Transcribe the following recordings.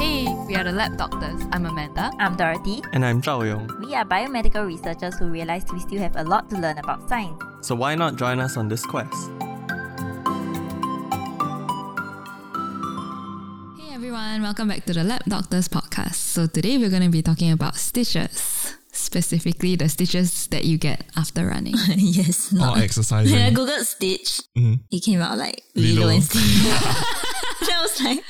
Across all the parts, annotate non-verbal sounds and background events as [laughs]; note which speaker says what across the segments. Speaker 1: We are the Lab Doctors. I'm Amanda.
Speaker 2: I'm Dorothy.
Speaker 3: And I'm Zhao Yong.
Speaker 2: We are biomedical researchers who realized we still have a lot to learn about science.
Speaker 3: So why not join us on this quest?
Speaker 1: Hey everyone, welcome back to the Lab Doctors podcast. So today we're going to be talking about stitches, specifically the stitches that you get after [laughs] running.
Speaker 4: yes,
Speaker 5: or
Speaker 4: not.
Speaker 5: Oh, exercising.
Speaker 4: [laughs] When I googled Stitch,
Speaker 5: Mhm.
Speaker 4: it came out like
Speaker 5: Lilo.
Speaker 4: Lilo, and Stitch. Then [laughs] I was like,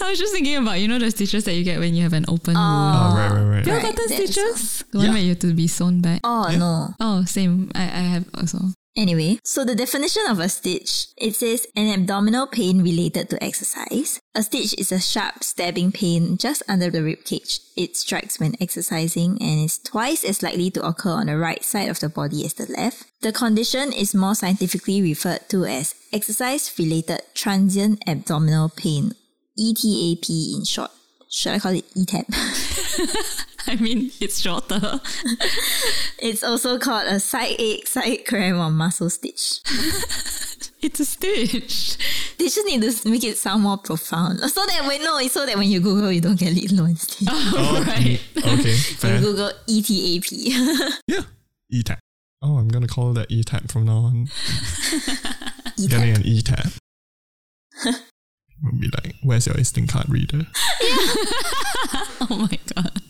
Speaker 1: I was just thinking about, you know, the stitches that you get when you have an open wound.
Speaker 5: Oh, right, right,
Speaker 1: You
Speaker 5: right.
Speaker 1: ever gotten
Speaker 4: right, that is
Speaker 1: stitches? The one
Speaker 5: Yeah.
Speaker 1: where you have to be sewn back.
Speaker 4: oh no.
Speaker 1: Oh, same. I, I have also. [laughs]
Speaker 4: Anyway, so the definition of a stitch, it says an abdominal pain related to exercise. A stitch is a sharp stabbing pain just under the rib cage. It strikes when exercising and is twice as likely to occur on the right side of the body as the left. The condition is more scientifically referred to as exercise related transient abdominal pain, E ETAP in short. Should I call it E [laughs] ETAP?
Speaker 1: I mean, it's shorter. [laughs]
Speaker 4: it's also called a side ache, side cramp, or muscle stitch. [laughs]
Speaker 1: It's a stitch. [laughs]
Speaker 4: They just need to make it sound more profound. So that when no, it's so that when you Google you don't get Lilo and Stitch.
Speaker 1: Oh, right.
Speaker 5: Okay,
Speaker 4: you
Speaker 5: fair.
Speaker 4: Google E ETAP.
Speaker 5: Yeah. E-tap. Oh, I'm gonna call that E-tap from now on.
Speaker 4: ETAP.
Speaker 5: Getting an E-tap. Would be like, where's your instant card reader?
Speaker 1: Oh my [laughs] god.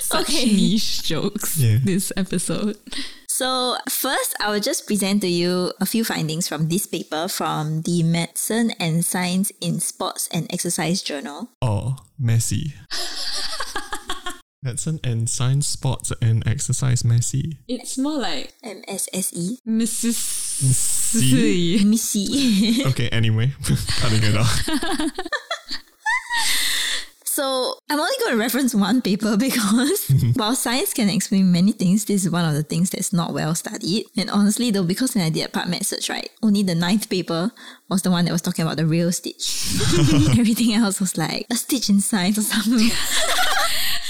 Speaker 1: Such
Speaker 4: Okay.
Speaker 1: niche jokes
Speaker 5: Yeah.
Speaker 1: this episode.
Speaker 4: [laughs] So first I will just present to you a few findings from this paper from the Medicine and Science in Sports and Exercise Journal.
Speaker 5: Oh, messy. Medicine and science, sports and exercise messy.
Speaker 1: It's more like
Speaker 4: [laughs] MSSE.
Speaker 1: Mrs.
Speaker 5: C?
Speaker 4: Missy.
Speaker 5: Okay, anyway, [laughs] cutting it off.
Speaker 4: So I'm only going to reference one paper [laughs] because while science can explain many things, this is one of the things that's not well studied. And honestly, though, because when I did a PubMed search, right, only the ninth paper was the one that was talking about the real stitch. [laughs] Everything else was like a stitch in science or something.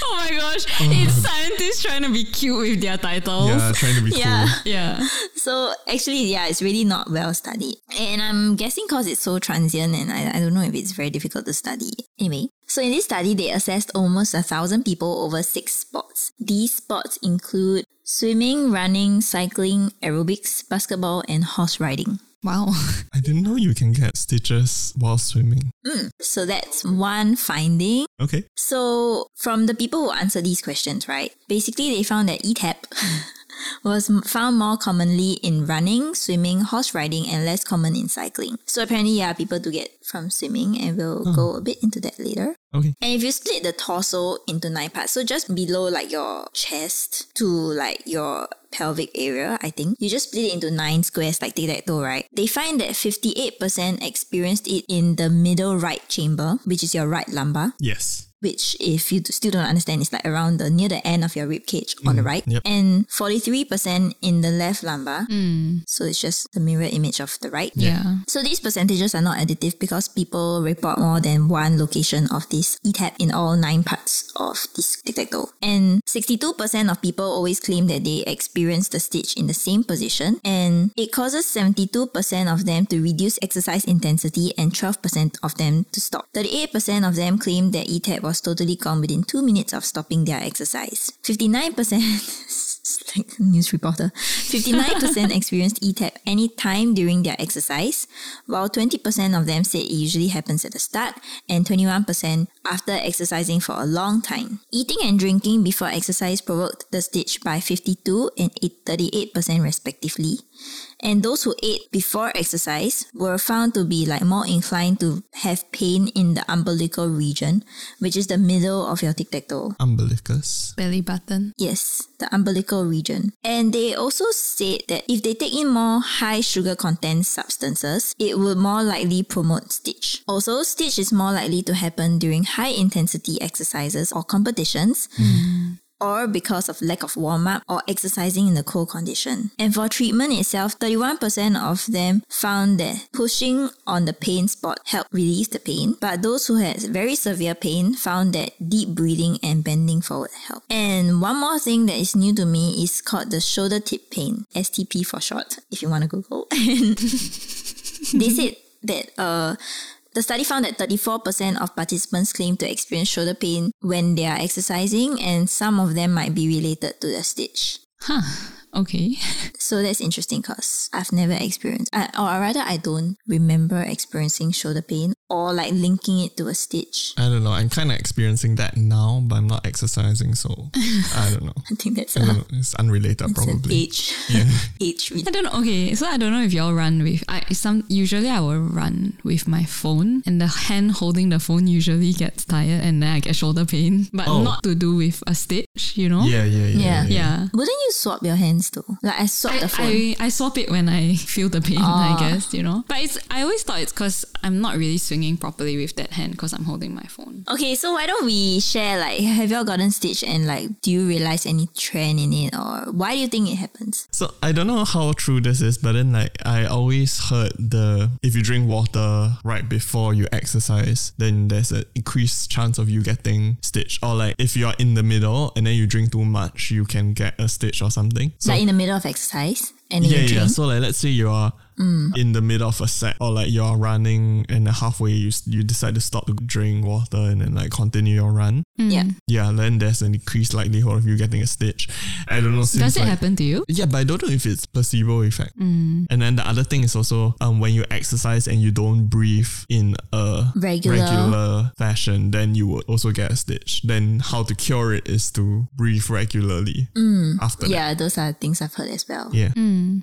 Speaker 1: Oh my gosh.
Speaker 5: [laughs]
Speaker 1: It's scientists trying to be cute with their titles.
Speaker 5: Yeah, trying to be
Speaker 4: Yeah.
Speaker 5: cool.
Speaker 1: Yeah.
Speaker 4: So actually, yeah, it's really not well studied. And I'm guessing because it's so transient and I, I don't know if it's very difficult to study. Anyway, so in this study, they assessed almost a thousand people over six sports. These sports include swimming, running, cycling, aerobics, basketball, and horse riding.
Speaker 1: Wow.
Speaker 5: I didn't know you can get stitches while swimming.
Speaker 4: So that's one finding.
Speaker 5: Okay.
Speaker 4: So, from the people who answered these questions, right? Basically, they found that E ETAP [laughs] was m- found more commonly in running, swimming, horse riding, and less common in cycling. So, apparently, yeah, people do get from swimming, and we'll go a bit into that later.
Speaker 5: Okay.
Speaker 4: And if you split the torso into nine parts, so just below like your chest to like your pelvic area, I think, you just split it into nine squares like tic tac toe, right? They find that 58% experienced it in the middle right chamber, which is your right lumbar
Speaker 5: Yes.
Speaker 4: which if you still don't understand is like around the near the end of your rib cage on the right
Speaker 5: yep.
Speaker 4: and 43% in the left lumbar
Speaker 1: Mm.
Speaker 4: so it's just the mirror image of the right
Speaker 1: Yeah.
Speaker 4: so these percentages are not additive because people report more than one location of this E ETAP in all nine parts of this tic-tac-toe. And 62% of people always claim that they experience the stitch in the same position and it causes 72% of them to reduce exercise intensity and 12% of them to stop. 38% of them claim that E ETAP was totally gone within 2 minutes of stopping their exercise. [laughs] 59% it's [laughs] like a news reporter. 59% experienced E ETAP any time during their exercise, while 20% of them said it usually happens at the start and 21% after exercising for a long time. Eating and drinking before exercise provoked the stitch by 52 and 8 38% respectively. And those who ate before exercise were found to be like more inclined to have pain in the umbilical region, which is the middle of your tic-tac-toe.
Speaker 5: Umbilicus.
Speaker 1: Belly button.
Speaker 4: Yes, the umbilical region. And they also said that if they take in more high sugar content substances, it would more likely promote stitch. Also, stitch is more likely to happen during high intensity exercises or competitions. Or because of lack of warm up or exercising in the cold condition. And for treatment itself, 31% of them found that pushing on the pain spot helped relieve the pain, but those who had very severe pain found that deep breathing and bending forward helped. And one more thing that is new to me is called the shoulder tip pain, [laughs]
Speaker 5: Mm-hmm.
Speaker 4: STP for short, if you want to Google. And they said that uh, The study found that 34% of participants claimed to experience shoulder pain when they are exercising, and some of them might be related to the stitch.
Speaker 1: Huh. Okay.
Speaker 4: So that's interesting because I've never experienced, I, or rather, I don't remember experiencing shoulder pain or like linking it to a stitch. [laughs]
Speaker 5: I don't know. I'm kind of experiencing that now, but I'm not exercising, so I
Speaker 4: [laughs]
Speaker 5: don't know.
Speaker 4: I think that's
Speaker 5: I don't
Speaker 4: a,
Speaker 5: know. It's unrelated,
Speaker 4: it's an
Speaker 5: Mm, probably.
Speaker 4: age.
Speaker 5: Yeah.
Speaker 4: [laughs] age.
Speaker 1: I don't know. Okay, so I don't know if y'all run with I some. Usually, I will run with my phone, and the hand holding the phone usually gets tired, and then I get shoulder pain. But
Speaker 5: Oh.
Speaker 1: not to do with a stitch, you know.
Speaker 5: yeah, yeah, yeah,
Speaker 4: Yeah.
Speaker 5: yeah,
Speaker 1: Yeah.
Speaker 4: Wouldn't you swap your hands though? Like I swap the phone. Ah.
Speaker 1: I, I, I swap it when I feel the pain, I guess, you know. But it's I always thought it's because I'm not really swinging properly with that hand because I'm holding my phone.
Speaker 4: Okay, so why don't we share like have y'all gotten stitched and like do you realize any trend in it or why do you think it happens?
Speaker 5: So I don't know how true this is, but then like I always heard the if you drink water right before you exercise, then there's an increased chance of you getting stitch. Or like if you are in the middle and then you drink too much, you can get a stitch or something. So
Speaker 4: like in the middle of exercise and
Speaker 5: yeah,
Speaker 4: you
Speaker 5: yeah.
Speaker 4: drink.
Speaker 5: So like let's say you are
Speaker 1: Mm.
Speaker 5: in the middle of a set, or like you are running and halfway you s- you decide to stop to drink water and then like continue your run.
Speaker 4: Yeah.
Speaker 5: Yeah, then there's an increased likelihood of you getting a stitch. I don't know.
Speaker 1: Does
Speaker 5: seems
Speaker 1: it
Speaker 5: like-
Speaker 1: happen to you?
Speaker 5: yeah, but I don't know if it's placebo effect.
Speaker 4: Mm.
Speaker 5: And then the other thing is also um, when you exercise and you don't breathe in a
Speaker 4: Regular.
Speaker 5: regular fashion, then you would also get a stitch. Then how to cure it is to breathe regularly after that.
Speaker 4: Mm. Yeah, those are things I've heard as well.
Speaker 5: Yeah.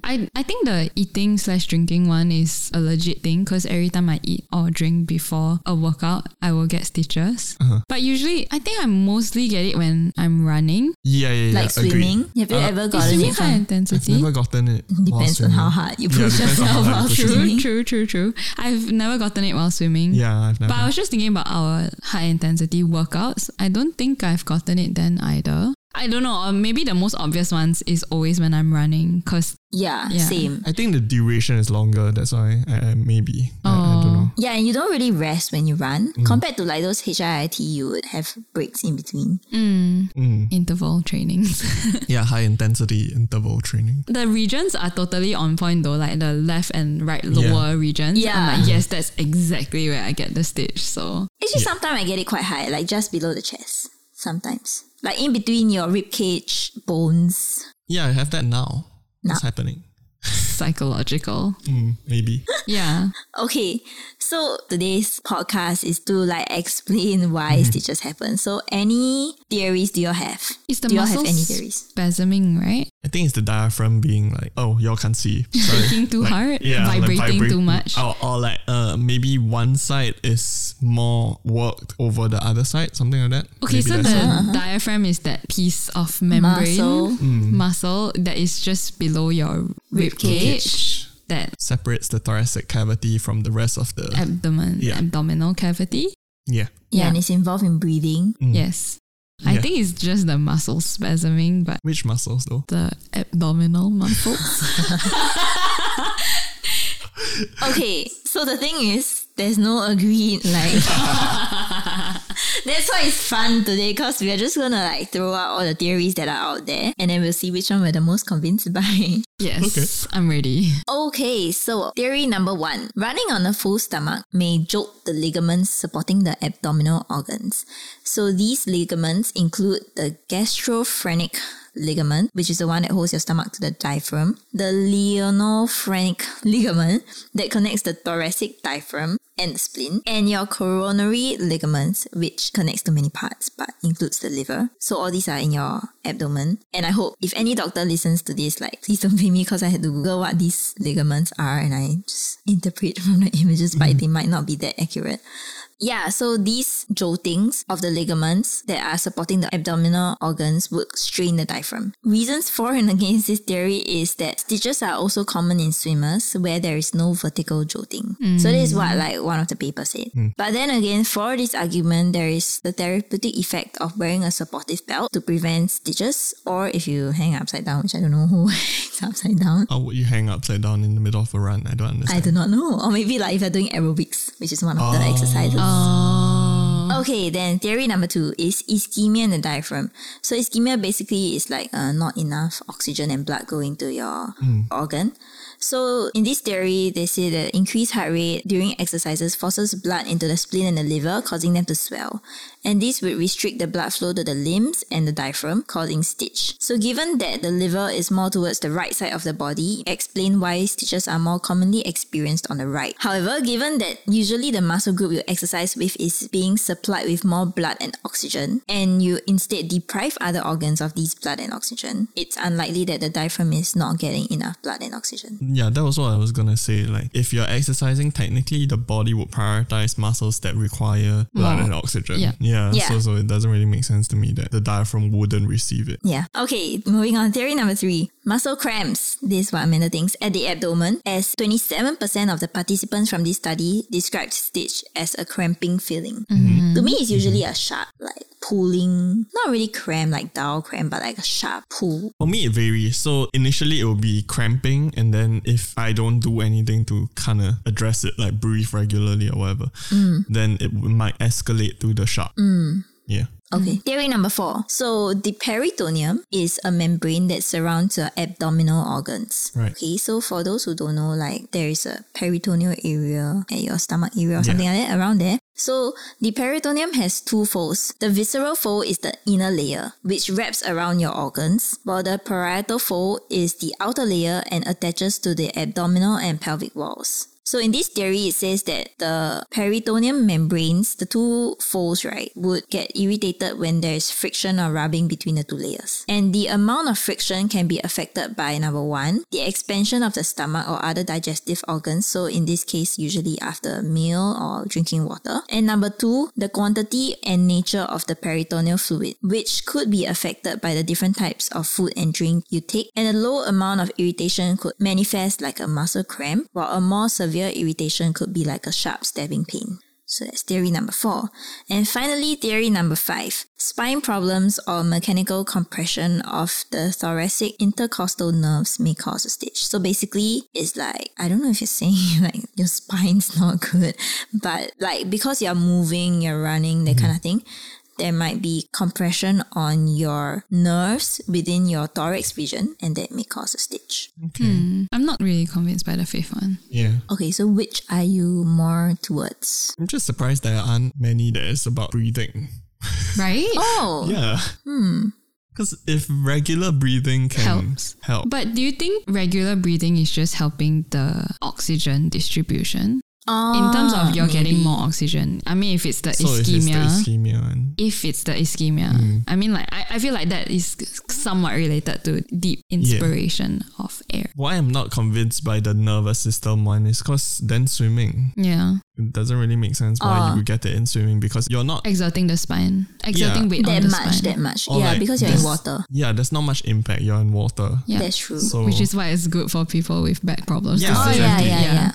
Speaker 1: I, I think the eating slash drinking one is a legit thing because every time I eat or drink before a workout, I will get stitches. But usually, I think I mostly get it when I'm running.
Speaker 5: Yeah, yeah, yeah.
Speaker 4: Like
Speaker 5: agreed.
Speaker 4: swimming. Have you
Speaker 5: Uh,
Speaker 4: ever
Speaker 1: Is
Speaker 4: gotten
Speaker 1: swimming
Speaker 4: it
Speaker 1: high
Speaker 4: from
Speaker 5: I've
Speaker 1: intensity?
Speaker 5: never gotten it. while
Speaker 4: depends on
Speaker 5: swimming.
Speaker 4: how hard you
Speaker 5: Yeah,
Speaker 4: push
Speaker 5: depends on how
Speaker 4: yourself
Speaker 5: hard you
Speaker 4: while
Speaker 5: push yourself.
Speaker 4: swimming.
Speaker 1: Oh, True, true, true, true. I've never gotten it while swimming.
Speaker 5: Yeah, I've never.
Speaker 1: But I was just thinking about our high intensity workouts. I don't think I've gotten it then either. I don't know. Or maybe the most obvious ones is always when I'm running because
Speaker 4: Yeah,
Speaker 1: Yeah.
Speaker 4: same.
Speaker 5: I think the duration is longer. That's why I, I maybe I, I don't
Speaker 1: Oh.
Speaker 5: know.
Speaker 4: Yeah, and you don't really rest when you run.
Speaker 5: Mm.
Speaker 4: Compared to like those HIIT, you would have breaks in between.
Speaker 1: interval trainings. [laughs]
Speaker 5: Yeah, high intensity interval training.
Speaker 1: the regions are totally on point though, like the left and right lower regions.
Speaker 4: Yeah.
Speaker 1: I'm like, yes, that's exactly where I get the stitch. So
Speaker 4: Actually, sometimes I get it quite high, like just below the chest. Sometimes, like in between your rib cage bones.
Speaker 5: Yeah, I have that now. It's happening.
Speaker 1: psychological.
Speaker 5: Mm, maybe.
Speaker 1: Yeah.
Speaker 4: Okay, so today's podcast is to like explain why stitches happen. So, any theories do you have?
Speaker 1: It's the
Speaker 4: do you all have
Speaker 1: muscles
Speaker 4: any theories?
Speaker 1: spasming, right?
Speaker 5: I think it's the diaphragm being like, oh, y'all
Speaker 1: [laughs]
Speaker 5: can't see. Sorry.
Speaker 1: Thinking too
Speaker 5: Like,
Speaker 1: hard,
Speaker 5: yeah, like
Speaker 1: vibrating
Speaker 5: vibrate-
Speaker 1: too much.
Speaker 5: Or, or like uh, maybe one side is more worked over the other side, something like that.
Speaker 1: Okay,
Speaker 5: Maybe
Speaker 1: so the
Speaker 5: that's it.
Speaker 1: diaphragm is that piece of membrane Mm-hmm.
Speaker 4: Muscle.
Speaker 1: muscle, that is just below your rib cage,
Speaker 5: cage.
Speaker 1: that
Speaker 5: separates the thoracic cavity from the rest of the
Speaker 1: abdomen,
Speaker 5: Yeah.
Speaker 1: abdominal cavity.
Speaker 4: Yeah,
Speaker 5: yeah.
Speaker 1: Yeah. Mm.
Speaker 4: and it's involved in breathing.
Speaker 1: Yes, I
Speaker 5: Mm-hmm. Yeah.
Speaker 1: think it's just the muscle spasming, but
Speaker 5: Which muscles though?
Speaker 1: the abdominal [laughs] muscles.
Speaker 4: Okay, so the thing is, there's no agreed like. That's why it's fun today because we're just gonna like throw out all the theories that are out there and then we'll see which one we're the most convinced by.
Speaker 1: yes, I'm ready.
Speaker 4: Okay, so theory number one running on a full stomach may jolt the ligaments supporting the abdominal organs. So these ligaments include the gastrophrenic ligament, which is the one that holds your stomach to the diaphragm, the leonophrenic [laughs] ligament that connects the thoracic diaphragm and the spleen, and your coronary ligaments, which connects to many parts but includes the liver. So all these are in your abdomen. And I hope if any doctor listens to this, like please don't blame me because I had to Google what these ligaments are and I just interpret [laughs] from the images, but they might not be that accurate. Yeah, so these joltings of the ligaments that are supporting the abdominal organs would strain the diaphragm. Reasons for and [laughs] against this theory is that stitches are also common in swimmers where there is no vertical jolting. So this is what like one of the papers said. But then again, for this argument, there is the therapeutic effect of wearing a supportive belt to prevent stitches, or if you hang upside down, which I don't know who [laughs] hangs upside down.
Speaker 5: How would you hang upside down in the middle of a run? I don't
Speaker 4: I
Speaker 5: understand.
Speaker 4: do not know. Or maybe like if you're doing aerobics, which is one of the exercises.
Speaker 1: Um,
Speaker 4: Okay, then theory number two is ischemia in the diaphragm. So ischemia basically is like uh, not enough oxygen and blood going to your organ. So in this theory, they say that increased heart rate during exercises forces blood into the spleen and the liver, causing them to swell. And this would restrict the blood flow to the limbs and the diaphragm, causing stitch. So given that the liver is more towards the right side of the body, explain why stitches are more commonly experienced on the right. However, given that usually the muscle group you exercise with is being supplied with more blood and oxygen, and you instead deprive other organs of these blood and oxygen, it's unlikely that the diaphragm is not getting enough blood and oxygen.
Speaker 5: Yeah, that was what I was gonna say. Like, if you're exercising, technically the body would prioritize muscles that require blood
Speaker 1: More.
Speaker 5: and oxygen.
Speaker 1: Yeah.
Speaker 5: Yeah,
Speaker 4: Yeah.
Speaker 5: So, so it doesn't really make sense to me that the diaphragm wouldn't receive it.
Speaker 4: Yeah. Okay, moving on. Theory number three muscle cramps. This is what Amanda thinks at the abdomen, as 27% of the participants from this study described stitch as a cramping feeling. To me, it's usually a sharp, like pulling, not really cramp, like dull cramp, but like a sharp pull.
Speaker 5: For me, it varies. So initially, it will be cramping, and then if I don't do anything to kind of address it, like breathe regularly or whatever, then it w- might escalate to the sharp. Yeah.
Speaker 4: Okay. Theory number four. So the peritoneum is a membrane that surrounds the abdominal organs.
Speaker 5: Right.
Speaker 4: Okay. So for those who don't know, like there is a peritoneal area at your stomach area or something like that around there. So the peritoneum has two folds. The visceral fold is the inner layer, which wraps around your organs, while the parietal fold is the outer layer and attaches to the abdominal and pelvic walls. So in this theory, it says that the peritoneum membranes, the two folds, right, would get irritated when there is friction or rubbing between the two layers. And the amount of friction can be affected by number one, the expansion of the stomach or other digestive organs. So in this case, usually after a meal or drinking water. And number two, the quantity and nature of the peritoneal fluid, which could be affected by the different types of food and drink you take. And a low amount of irritation could manifest like a muscle cramp, while a more severe irritation could be like a sharp stabbing pain. So that's theory number four. And finally, theory number five spine problems or mechanical compression of the thoracic intercostal nerves may cause a stitch. So basically, it's like, I don't know if you're saying [laughs] like your spine's [laughs] not good, but like because you're moving, you're running, that kind of thing, there might be compression on your nerves within your thorax region, and that may cause a stitch.
Speaker 5: Okay.
Speaker 1: hmm. I'm not really convinced by the fifth one.
Speaker 5: Yeah.
Speaker 4: Okay, so which are you more towards?
Speaker 5: I'm just surprised there aren't many that is about breathing.
Speaker 1: Right?
Speaker 4: Oh,
Speaker 5: Yeah. Hmm. Because if regular breathing can
Speaker 1: Helps.
Speaker 5: help,
Speaker 1: But do you think regular breathing is just helping the oxygen distribution? In terms
Speaker 4: Ah,
Speaker 1: of
Speaker 4: um,
Speaker 1: you're getting more oxygen. I mean if it's the
Speaker 5: so if it's the
Speaker 1: ischemia.
Speaker 5: ischemia Mm. and
Speaker 1: if it's the ischemia. I mean, like, I, I feel like that is somewhat related to deep inspiration of air.
Speaker 5: why I'm not convinced by the nervous system one is because then swimming
Speaker 1: Yeah.
Speaker 5: it doesn't really make sense why you get it in swimming because you're not
Speaker 1: Exerting the spine, exerting
Speaker 5: Yeah.
Speaker 1: weight on
Speaker 4: that
Speaker 1: the
Speaker 4: much,
Speaker 1: spine.
Speaker 4: that much.
Speaker 5: or
Speaker 4: yeah,
Speaker 5: like
Speaker 4: because you're in
Speaker 5: there's-
Speaker 4: water.
Speaker 5: Yeah, there's not much impact. You're in water.
Speaker 1: yeah.
Speaker 4: That's true.
Speaker 5: So
Speaker 1: Which is why it's good for people with back problems.
Speaker 5: Oh. Yeah.
Speaker 1: to
Speaker 5: Oh,
Speaker 1: sit
Speaker 5: yeah,
Speaker 1: up.
Speaker 4: yeah, yeah.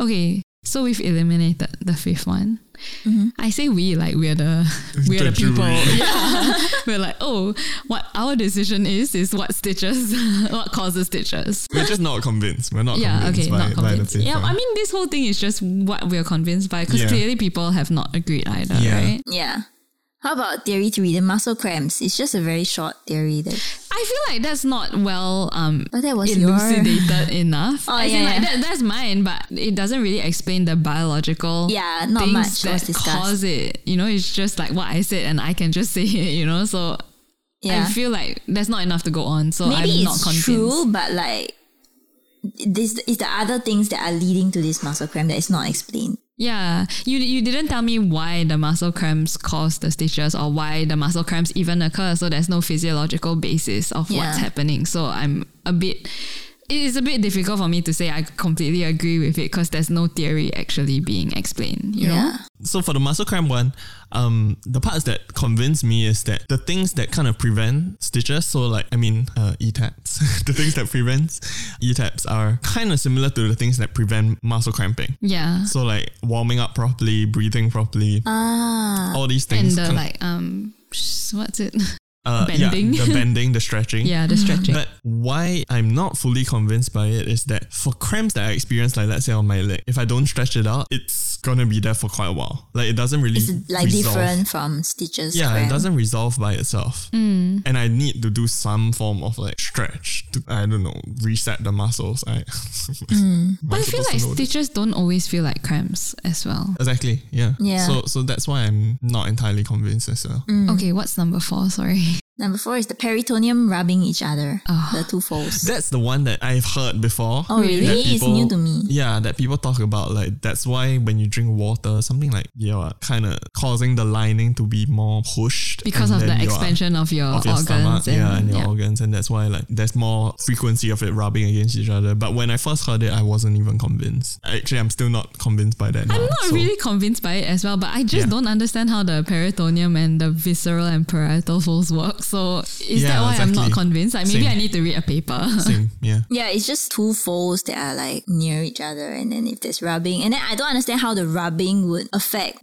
Speaker 1: Okay. So we've eliminated the fifth one.
Speaker 4: Mm-hmm.
Speaker 1: I say we like we're the we're the,
Speaker 5: [laughs] The
Speaker 1: people.
Speaker 5: [laughs] jury.
Speaker 1: Yeah. [laughs] we're like, oh, what our decision is is what stitches [laughs] what causes stitches.
Speaker 5: we're just not convinced. We're not
Speaker 1: yeah,
Speaker 5: convinced
Speaker 1: okay,
Speaker 5: by,
Speaker 1: not convinced.
Speaker 5: by the
Speaker 1: Yeah,
Speaker 5: paper.
Speaker 1: I mean, this whole thing is just what we're convinced by because
Speaker 5: Yeah.
Speaker 1: clearly people have not agreed either,
Speaker 5: Yeah.
Speaker 1: right?
Speaker 4: Yeah. How about theory three, the muscle cramps? It's just a very short theory that
Speaker 1: I feel like that's not well um,
Speaker 4: But Oh, that was [laughs]
Speaker 1: elucidated enough.
Speaker 4: Oh,
Speaker 1: As in,
Speaker 4: yeah,
Speaker 1: like,
Speaker 4: yeah.
Speaker 1: That, that's mine, but it doesn't really explain the biological
Speaker 4: Yeah, not
Speaker 1: things
Speaker 4: much
Speaker 1: that
Speaker 4: was discussed.
Speaker 1: cause it. You know, it's just like what I said, and I can just [laughs] say it. You know, so
Speaker 4: yeah.
Speaker 1: I feel like that's not enough to go on. So
Speaker 4: Maybe
Speaker 1: I'm not
Speaker 4: it's
Speaker 1: convinced.
Speaker 4: true, but like this is the other things that are leading to this muscle cramp that is not explained.
Speaker 1: Yeah, you you didn't tell me why the muscle cramps cause the stitches or why the muscle cramps even occur. So there's no physiological basis of what's
Speaker 4: Yeah.
Speaker 1: happening. So I'm a bit. It is a bit difficult for me to say I completely agree with it because there's no theory actually being explained. You know.
Speaker 4: Yeah.
Speaker 5: so for the muscle cramp one, um, the parts that convince me is that the things that kind of prevent stitches, so like I mean, uh, ETAPs, [laughs] the things that prevents ETAPs are kind of similar to the things that prevent muscle cramping.
Speaker 1: Yeah.
Speaker 5: So like warming up properly, breathing properly,
Speaker 4: Ah.
Speaker 5: all these
Speaker 1: And
Speaker 5: things.
Speaker 1: the
Speaker 5: kind of-
Speaker 1: like um, sh- what's
Speaker 5: [laughs]
Speaker 1: it?
Speaker 5: uh,
Speaker 1: bending. [laughs]
Speaker 5: yeah, the bending, the stretching.
Speaker 1: yeah, the stretching.
Speaker 5: But why I'm not fully convinced by it is that for cramps that I experience, like let's say on my leg, if I don't stretch it out, it's gonna be there for quite a while. Like it doesn't really
Speaker 4: It's like
Speaker 5: resolve.
Speaker 4: different from Stitches.
Speaker 5: Yeah,
Speaker 4: cramp. Hmm.
Speaker 5: it doesn't resolve by itself. And I need to do some form of like stretch to I don't know, reset the muscles. I [laughs]
Speaker 4: Hmm.
Speaker 1: But I feel like stitches don't always feel like cramps as well.
Speaker 5: Exactly. Yeah.
Speaker 4: Yeah. Hmm.
Speaker 5: So so that's why I'm not entirely convinced as well.
Speaker 4: Mm.
Speaker 1: Okay, what's number four? Sorry. [laughs]
Speaker 4: Number four is the peritoneum rubbing each other,
Speaker 1: Ah.
Speaker 4: the two folds.
Speaker 5: That's the one that I've heard before.
Speaker 4: Oh, really?
Speaker 5: that
Speaker 4: It's new to me.
Speaker 5: Yeah, that people talk about. Like that's why when you drink water, something like you're kind of causing the lining to be more pushed
Speaker 1: Because
Speaker 5: and
Speaker 1: of
Speaker 5: then
Speaker 1: the
Speaker 5: you are-
Speaker 1: expansion of your,
Speaker 5: of your
Speaker 1: organs
Speaker 5: stomach,
Speaker 1: and,
Speaker 5: yeah, and your
Speaker 1: yeah.
Speaker 5: organs, and that's why like there's more frequency of it rubbing against each other. But when I first heard it, I wasn't even convinced. Actually, I'm still not convinced by that.
Speaker 1: I'm
Speaker 5: now,
Speaker 1: not
Speaker 5: so-
Speaker 1: really convinced by it as well, but I just
Speaker 5: Yeah.
Speaker 1: don't understand how the peritoneum and the visceral and parietal folds work. So is
Speaker 5: Yeah,
Speaker 1: that why I'm not
Speaker 5: exactly.
Speaker 1: convinced? Like maybe
Speaker 5: Same.
Speaker 1: I need to read a paper.
Speaker 5: Same, yeah.
Speaker 4: Yeah, it's just two folds that are like near each other, and then if there's rubbing, and then I don't understand how the rubbing would affect.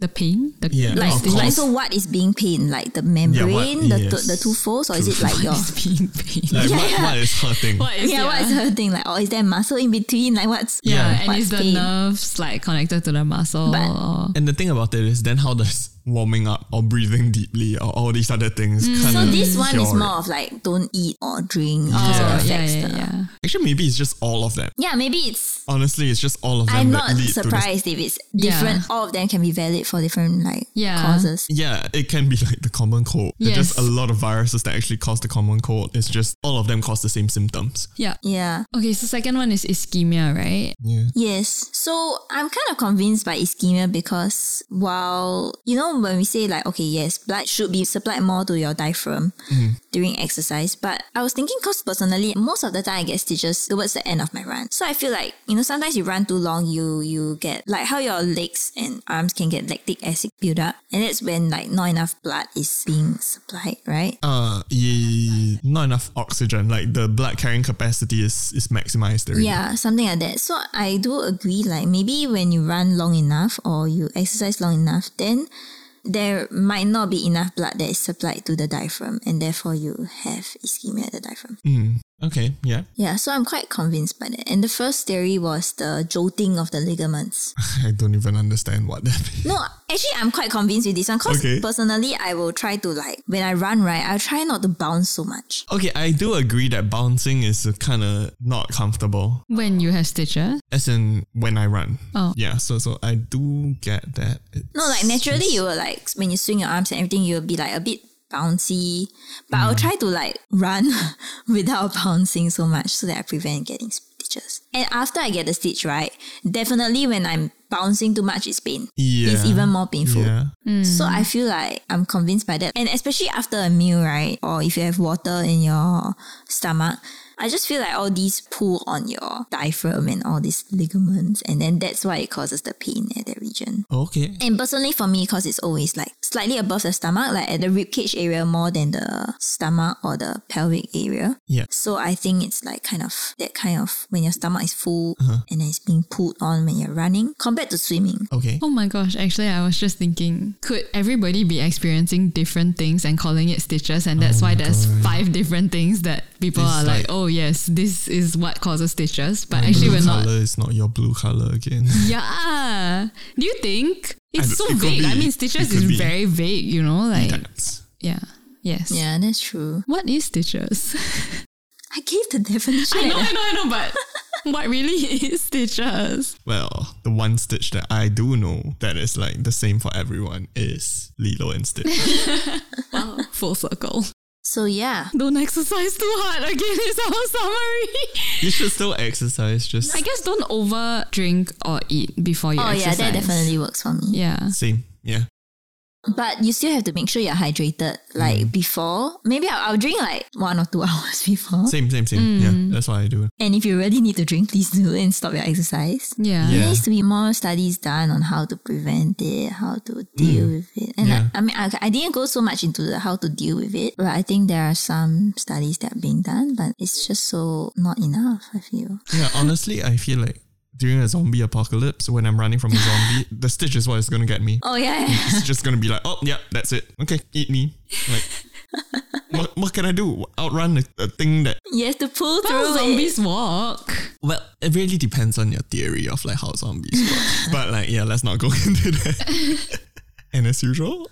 Speaker 1: [laughs] the pain, the
Speaker 5: Yeah,
Speaker 1: the
Speaker 4: Like,
Speaker 5: Of
Speaker 1: stitches
Speaker 4: like,
Speaker 5: course.
Speaker 4: so what is being pained? Like the membrane, the,
Speaker 5: yes.
Speaker 4: two- the two folds, or is
Speaker 5: True.
Speaker 1: [laughs]
Speaker 4: it like your?
Speaker 1: is being pain.
Speaker 5: Like
Speaker 4: Yeah,
Speaker 5: what,
Speaker 4: yeah.
Speaker 5: what is
Speaker 1: [laughs]
Speaker 5: hurting?
Speaker 1: What is
Speaker 4: [laughs] Yeah, what is her thing? Like, or is there muscle in between? Like, what's
Speaker 1: yeah,
Speaker 5: Yeah.
Speaker 1: and
Speaker 4: what's
Speaker 1: is the
Speaker 4: pain?
Speaker 1: nerves like connected to the muscle?
Speaker 4: But-
Speaker 1: or-
Speaker 5: And the thing about it is, then how does warming up or breathing deeply or all these other things
Speaker 1: Mm.
Speaker 5: kind
Speaker 4: So
Speaker 5: of
Speaker 4: this one is more of like don't eat or drink because
Speaker 1: Oh,
Speaker 4: it
Speaker 1: yeah,
Speaker 4: affects
Speaker 1: yeah,
Speaker 4: the.
Speaker 1: yeah.
Speaker 5: Actually, maybe it's just all of them.
Speaker 4: Yeah, maybe it's.
Speaker 5: Honestly, it's just all of them.
Speaker 4: I'm
Speaker 5: that
Speaker 4: not
Speaker 5: lead to this-
Speaker 4: surprised if it's
Speaker 1: Yeah.
Speaker 4: different. All of them can be valid for different like
Speaker 1: Yeah.
Speaker 4: causes.
Speaker 5: Yeah, it can be like the common cold. There's
Speaker 1: Yes.
Speaker 5: just a lot of viruses that actually cause the common cold. It's just all of them cause the same symptoms.
Speaker 1: Yeah.
Speaker 4: Yeah.
Speaker 1: Okay, so second one is ischemia, right?
Speaker 5: Yeah.
Speaker 4: Yes. So I'm kind of convinced by ischemia because while, you know, when we say like, okay, yes, blood should be supplied more to your diaphragm during exercise, but I was thinking because personally, most of the time I get stitches towards the end of my run. So I feel like, you know, sometimes you run too long, you, you get like how your legs and arms can get lactic acid buildup. And that's when like not enough blood is being supplied, right?
Speaker 5: Uh, yeah, not enough oxygen. Like the blood carrying capacity is is maximized. Already.
Speaker 4: Yeah, something like that. So I do agree, like maybe when you run long enough or you exercise long enough, then there might not be enough blood that is supplied to the diaphragm and therefore you have ischemia at the diaphragm.
Speaker 5: Mm. Okay. Yeah. [laughs]
Speaker 4: Yeah, so I'm quite convinced by that. And the first theory was the jolting of the ligaments.
Speaker 5: I don't even understand what that means.
Speaker 4: No, actually I'm quite convinced with this one because
Speaker 5: Okay.
Speaker 4: personally I will try to like when I run right, I'll try not to bounce so much.
Speaker 5: Okay, I do agree that bouncing is kind of not comfortable.
Speaker 1: When you have stitches.
Speaker 5: As in when I run.
Speaker 1: Oh.
Speaker 5: Yeah, so so I do get that.
Speaker 4: No, like naturally you will like when you swing your arms and everything, you'll be like a bit bouncy. But
Speaker 5: Mm.
Speaker 4: I'll try to like run [laughs] without [laughs] bouncing so much so that I prevent getting stitches. And after I get the stitch, right, definitely when I'm bouncing too much, it's pain.
Speaker 5: yeah.
Speaker 4: It's even more painful.
Speaker 5: Yeah.
Speaker 4: So I feel like I'm convinced by that. And especially after a meal, right? Or if you have water in your stomach, I just feel like all these pull on your diaphragm and all these ligaments. And then that's why it causes the pain at that region.
Speaker 5: Okay.
Speaker 4: And personally for me, because it's always like slightly above the stomach, like at the ribcage area more than the stomach or the pelvic area.
Speaker 5: Yeah.
Speaker 4: So I think it's like kind of that kind of when your stomach is full and then it's being pulled on when you're running compared to swimming.
Speaker 5: Okay.
Speaker 1: Oh my gosh, actually, I was just thinking, could everybody be experiencing different things and calling it stitches? And that's why there's five different things that people
Speaker 5: Oh It's
Speaker 1: are like,
Speaker 5: like- Oh
Speaker 1: oh, yes, this is what causes stitches. But actually,
Speaker 5: blue
Speaker 1: we're not.
Speaker 5: color is not your blue
Speaker 1: [laughs]
Speaker 5: color again.
Speaker 1: Yeah. Do you think? It's
Speaker 5: don't-
Speaker 1: so
Speaker 5: it could
Speaker 1: vague. I
Speaker 5: be.
Speaker 1: mean, stitches
Speaker 5: It could
Speaker 1: is
Speaker 5: be.
Speaker 1: very vague, you know? Like,
Speaker 5: That's-
Speaker 1: yeah. Yes.
Speaker 4: Yeah, that's true.
Speaker 1: What is stitches?
Speaker 4: I gave the [laughs] definition.
Speaker 1: I know,
Speaker 4: at
Speaker 1: I know, I know, but [laughs] what really is stitches?
Speaker 5: Well, the one stitch that I do know that is like the same for everyone is Lilo
Speaker 1: [laughs]
Speaker 5: and Stitch.
Speaker 1: Wow. Full circle.
Speaker 4: So yeah.
Speaker 1: Don't exercise too hard. Again, it's our summary.
Speaker 5: you should still exercise, just
Speaker 1: I guess don't over drink or eat before you
Speaker 4: Oh
Speaker 1: exercise.
Speaker 4: yeah, that definitely works for me.
Speaker 1: Yeah.
Speaker 5: same. Yeah.
Speaker 4: But you still have to make sure you're hydrated. Like before, maybe I'll, I'll drink like one or two [laughs] hours before.
Speaker 5: Same, same,
Speaker 1: Hmm.
Speaker 5: same. Yeah. That's what I do.
Speaker 4: And if you really need to drink, please do and stop your exercise.
Speaker 1: Yeah.
Speaker 5: Yeah.
Speaker 4: There needs to be more studies done on how to prevent it, how to deal with it. And
Speaker 5: Mm. Yeah.
Speaker 4: I, I mean, I, I didn't go so much into the how to deal with it, but I think there are some studies that are being done, but it's just so not enough, I feel.
Speaker 5: Yeah, honestly, I feel like during a zombie apocalypse, when I'm running from
Speaker 1: [laughs]
Speaker 5: a zombie, the stitch is what is going to get me.
Speaker 4: Oh, yeah.
Speaker 1: [laughs]
Speaker 5: It's just going to be like, oh, yeah, that's it. Okay, eat me. Like, what, what can I do? Outrun a, a thing that.
Speaker 4: [laughs] You have to pull
Speaker 1: How
Speaker 4: through
Speaker 1: zombies
Speaker 4: it.
Speaker 1: walk.
Speaker 5: Well, it really depends on your theory of like how zombies work. but like, yeah, let's not go [laughs] into that. and as usual,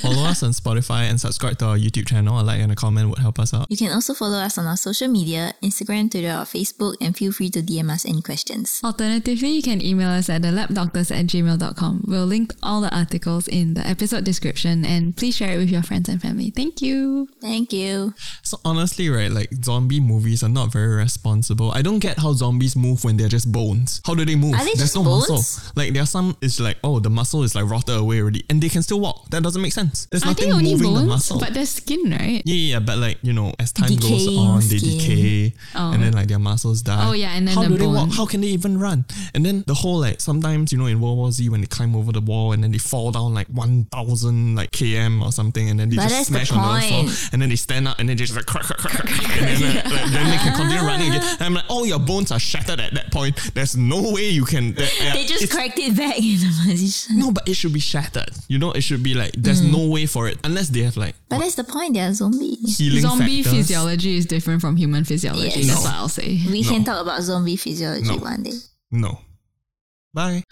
Speaker 5: follow us on Spotify and subscribe to our YouTube channel. A like and a comment would help us out.
Speaker 4: You can also follow us on our social media, Instagram, Twitter, or Facebook, and feel free to DM us any questions.
Speaker 1: Alternatively, you can email us at thelabdoctors at gmail.com. We'll link all the articles in the episode description and please share it with your friends and family. Thank you.
Speaker 4: Thank you.
Speaker 5: So honestly, right, like zombie movies are not very responsible. I don't get how zombies move when they're just bones. How do they move?
Speaker 4: Are they
Speaker 5: There's
Speaker 4: just
Speaker 5: no
Speaker 4: bones?
Speaker 5: muscle. Like there are some it's like, oh the muscle is like rotted away already and they can still walk. That doesn't make sense. There's
Speaker 1: I
Speaker 5: nothing
Speaker 1: think only
Speaker 5: moving the
Speaker 1: bones,
Speaker 5: muscle.
Speaker 1: but there's skin, right?
Speaker 5: yeah, yeah, yeah, but like, you know, as time goes
Speaker 4: Decaying
Speaker 5: on, they
Speaker 4: skin.
Speaker 5: decay
Speaker 1: Oh.
Speaker 5: and then like their muscles die.
Speaker 1: Oh, yeah, and then
Speaker 5: how
Speaker 1: the
Speaker 5: do they walk?
Speaker 1: bones.
Speaker 5: How can they even run? And then the whole like sometimes, you know, in World War Z when they climb over the wall and then they fall down like one thousand like KM or something and then they
Speaker 4: But that's
Speaker 5: just
Speaker 4: the
Speaker 5: smash on the floor
Speaker 4: point.
Speaker 5: and then they stand up and then they just like crack, crack, crack, crack, crack, and then,
Speaker 4: [laughs]
Speaker 5: like, like, then they can continue running again. And I'm like, all your bones are shattered at that point. There's no way you can. that- yeah,
Speaker 4: They just
Speaker 5: it's-
Speaker 4: cracked it [laughs] back in the position.
Speaker 5: No, but it should be shattered. You know, it should be like there's no way for it unless they have like
Speaker 4: Mm. But that's the point, they are zombies.
Speaker 5: healing
Speaker 1: Zombie
Speaker 5: factors.
Speaker 1: physiology is different from human physiology.
Speaker 4: Yes.
Speaker 1: That's
Speaker 5: No.
Speaker 1: what I'll say.
Speaker 4: We can talk about zombie physiology
Speaker 5: No.
Speaker 4: one day.
Speaker 5: No. Bye.